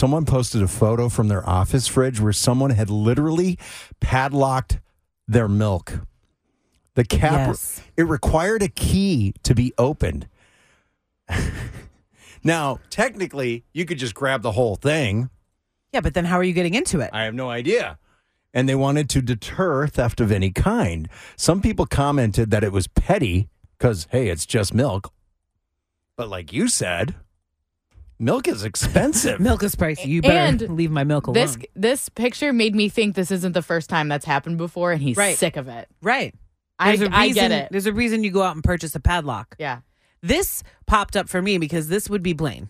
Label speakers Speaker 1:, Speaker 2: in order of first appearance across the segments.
Speaker 1: Someone posted a photo from their office fridge where someone had literally padlocked their milk. The cap
Speaker 2: Yes.
Speaker 1: it required a key to be opened. now, technically, you could just grab the whole thing.
Speaker 2: Yeah, but then how are you getting into it?
Speaker 1: I have no idea. And they wanted to deter theft of any kind. Some people commented that it was petty because, hey, it's just milk. But like you said, milk is expensive.
Speaker 2: Milk is pricey. You better
Speaker 3: And
Speaker 2: leave my milk alone.
Speaker 3: This this picture made me think this isn't the first time that's happened before, and he's
Speaker 2: Right.
Speaker 3: sick of it.
Speaker 2: right.
Speaker 3: I,
Speaker 2: There's a
Speaker 3: I
Speaker 2: reason-
Speaker 3: get it.
Speaker 2: There's a reason you go out and purchase a padlock.
Speaker 3: Yeah.
Speaker 2: This popped up for me because this would be Blaine.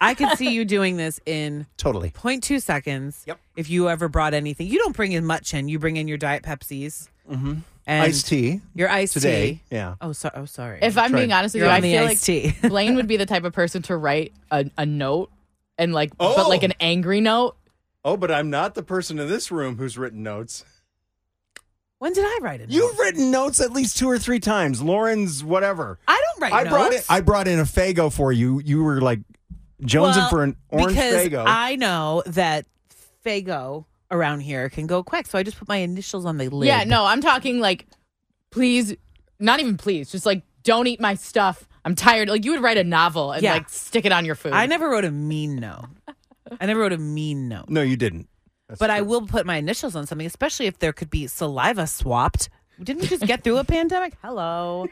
Speaker 2: I could see you doing this in
Speaker 1: Totally.
Speaker 2: 0.2 seconds.
Speaker 1: Yep.
Speaker 2: If you ever brought anything, you don't bring in much in. You bring in your diet Pepsis
Speaker 1: Mm-hmm.
Speaker 2: and
Speaker 1: Iced tea
Speaker 2: your iced
Speaker 1: today.
Speaker 2: tea.
Speaker 1: Yeah.
Speaker 2: Oh, sorry. Oh, sorry.
Speaker 3: If I'm
Speaker 1: Try-
Speaker 3: being honest with
Speaker 2: You're
Speaker 3: you,
Speaker 2: on
Speaker 3: I
Speaker 2: the
Speaker 3: feel like
Speaker 2: iced tea.
Speaker 3: Blaine would be the type of person to write a, a note and like,
Speaker 1: Oh.
Speaker 3: but like an angry note.
Speaker 1: Oh, but I'm not the person in this room who's written notes.
Speaker 2: when did I write it?
Speaker 1: You've written notes at least two or three times. Lauren's whatever.
Speaker 2: I don't write.
Speaker 1: I
Speaker 2: notes.
Speaker 1: brought it. I brought in a Fago for you. You were like jonesing
Speaker 2: Well,
Speaker 1: for an orange
Speaker 2: because
Speaker 1: Fago.
Speaker 2: I know that Fago around here can go quick, so I just put my initials on the lid.
Speaker 3: Yeah, no, I'm talking like, please, not even please, just like, don't eat my stuff. I'm tired. Like, you would write a novel and
Speaker 2: Yeah.
Speaker 3: like stick it on your food.
Speaker 2: I never wrote a mean note. I never wrote a mean note.
Speaker 1: no, you didn't.
Speaker 2: but I will put my initials on something, especially if there could be saliva swapped. Didn't we just get through a pandemic? Hello.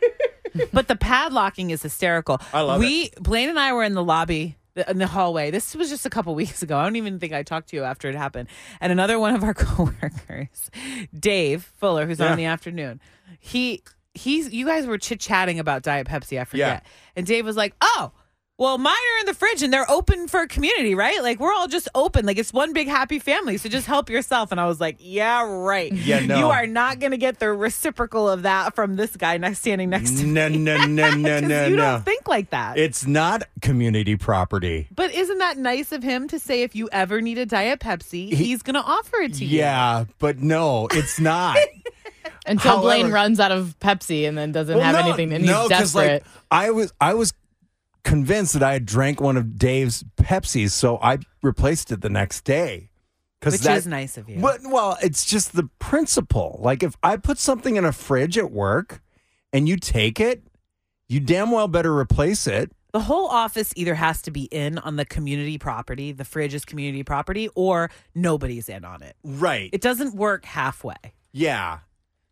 Speaker 2: but the padlocking is hysterical.
Speaker 1: I love
Speaker 2: we, Blaine and I were in the lobby. the- In the hallway. This was just a couple weeks ago. I don't even think I talked to you after it happened. And another one of our coworkers, Dave Fuller, who's
Speaker 1: Yeah.
Speaker 2: on the afternoon, he he's you guys were chit chatting about Diet Pepsi. I forget. And Dave was like, "Oh, well, mine are in the fridge and they're open for community, right? Like we're all just open. Like it's one big happy family. So just help yourself. And I was like, yeah, right.
Speaker 1: Yeah, no.
Speaker 2: You are not going to get the reciprocal of that from this guy next standing next to me.
Speaker 1: No, no, no, no,
Speaker 2: 'Cause
Speaker 1: no,
Speaker 2: you
Speaker 1: no.
Speaker 2: don't think like that.
Speaker 1: It's not community property.
Speaker 2: but isn't that nice of him to say if you ever need a Diet Pepsi, he's going to offer it to you?
Speaker 1: Yeah, but no, it's not.
Speaker 3: Until Blaine
Speaker 1: however-
Speaker 3: runs out of Pepsi and then doesn't
Speaker 1: Well,
Speaker 3: have
Speaker 1: no,
Speaker 3: anything and
Speaker 1: no,
Speaker 3: he's
Speaker 1: 'cause, like,
Speaker 3: desperate.
Speaker 1: I was, I was convinced that I had drank one of Dave's Pepsis, so I replaced it the next day. Because
Speaker 2: Which
Speaker 1: that,
Speaker 2: is nice of you.
Speaker 1: But well, it's just the principle. Like if I put something in a fridge at work and you take it, you damn well better replace it.
Speaker 2: The whole office either has to be in on the community property, the fridge is community property, or nobody's in on it.
Speaker 1: Right.
Speaker 2: It doesn't work halfway.
Speaker 1: yeah.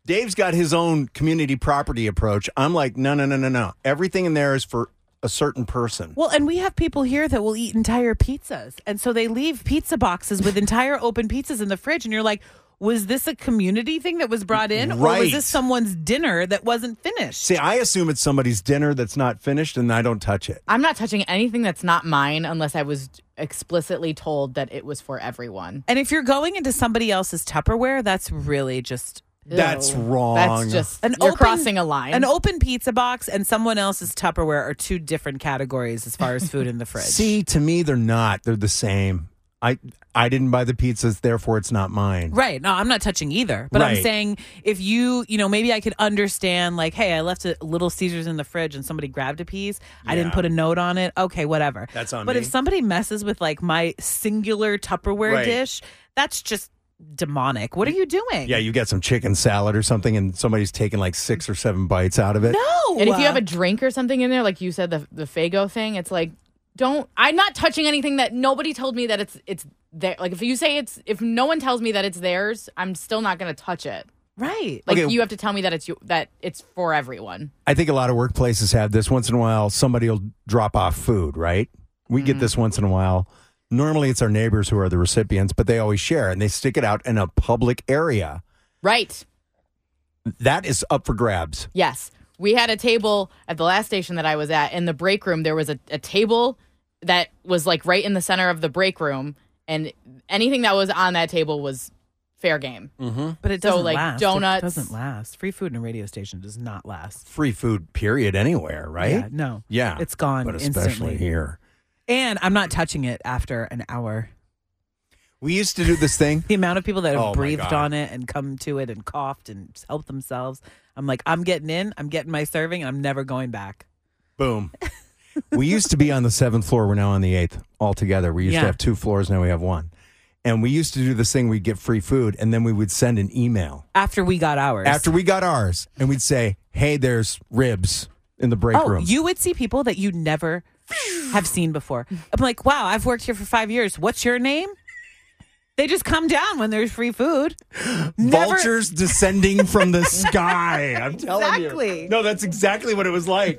Speaker 1: Dave's got his own community property approach. I'm like, no, no, no, no, no. Everything in there is for a certain person.
Speaker 2: Well, and we have people here that will eat entire pizzas. And so they leave pizza boxes with entire open pizzas in the fridge. And you're like, was this a community thing that was brought in? Or
Speaker 1: Right.
Speaker 2: was this someone's dinner that wasn't finished?
Speaker 1: See, I assume it's somebody's dinner that's not finished and I don't touch it.
Speaker 3: I'm not touching anything that's not mine unless I was explicitly told that it was for everyone.
Speaker 2: And if you're going into somebody else's Tupperware, that's really just
Speaker 1: That's
Speaker 3: Ew.
Speaker 1: wrong.
Speaker 3: That's just
Speaker 2: an
Speaker 3: you're
Speaker 2: open,
Speaker 3: crossing a line.
Speaker 2: An open pizza box and someone else's Tupperware are two different categories as far as food in the fridge.
Speaker 1: See, to me they're not. They're the same. I I didn't buy the pizzas, therefore it's not mine.
Speaker 2: Right. No, I'm not touching either. But I'm
Speaker 1: Right.
Speaker 2: saying if you, you know, maybe I could understand like, hey, I left a Little Caesars in the fridge and somebody grabbed a piece. I didn't
Speaker 1: Yeah.
Speaker 2: put a note on it. Okay, whatever.
Speaker 1: That's on
Speaker 2: But if
Speaker 1: me.
Speaker 2: somebody messes with like my singular Tupperware
Speaker 1: Right.
Speaker 2: dish, that's just demonic. What are you doing?
Speaker 1: Yeah, you got some chicken salad or something, and somebody's taking like six or seven bites out of it.
Speaker 2: No.
Speaker 3: and if you have a drink or something in there, like you said, the the Fago thing, it's like don't. I'm not touching anything that nobody told me that it's it's there. Like if you say it's if no one tells me that it's theirs, I'm still not gonna touch it.
Speaker 2: right.
Speaker 3: Like
Speaker 1: Okay.
Speaker 3: you have to tell me that it's you that it's for everyone.
Speaker 1: I think a lot of workplaces have this. Once in a while, somebody will drop off food, right? We
Speaker 2: Mm.
Speaker 1: get this once in a while. Normally, it's our neighbors who are the recipients, but they always share and they stick it out in a public area.
Speaker 3: Right.
Speaker 1: That is up for grabs.
Speaker 3: Yes. We had a table at the last station that I was at in the break room. There was a, a table that was like right in the center of the break room, and anything that was on that table was fair game.
Speaker 2: but it
Speaker 3: so,
Speaker 2: doesn't
Speaker 3: like,
Speaker 2: last.
Speaker 3: donuts-
Speaker 2: It doesn't last. Free food in a radio station does not last.
Speaker 1: Free food, period, anywhere, right?
Speaker 2: Yeah, no.
Speaker 1: Yeah.
Speaker 2: It's gone
Speaker 1: But especially
Speaker 2: instantly.
Speaker 1: here.
Speaker 2: And I'm not touching it after an hour.
Speaker 1: We used to do this thing.
Speaker 2: The amount of people that have
Speaker 1: Oh, my God.
Speaker 2: breathed on it and come to it and coughed and helped themselves. I'm like, I'm getting in, I'm getting my serving, and I'm never going back.
Speaker 1: Boom. we used to be on the seventh floor. We're now on the eighth altogether. We used
Speaker 2: Yeah.
Speaker 1: to have two floors. Now we have one. And we used to do this thing. We'd get free food, and then we would send an email
Speaker 2: After we got ours.
Speaker 1: after we got ours, and we'd say, "Hey, there's ribs in the break
Speaker 2: oh,
Speaker 1: room."
Speaker 2: you would see people that you never have seen before. I'm like, wow, I've worked here for five years. What's your name? They just come down when there's free food. Never-
Speaker 1: Vultures descending from the sky. I'm telling you.
Speaker 2: Exactly.
Speaker 1: No, that's exactly what it was like.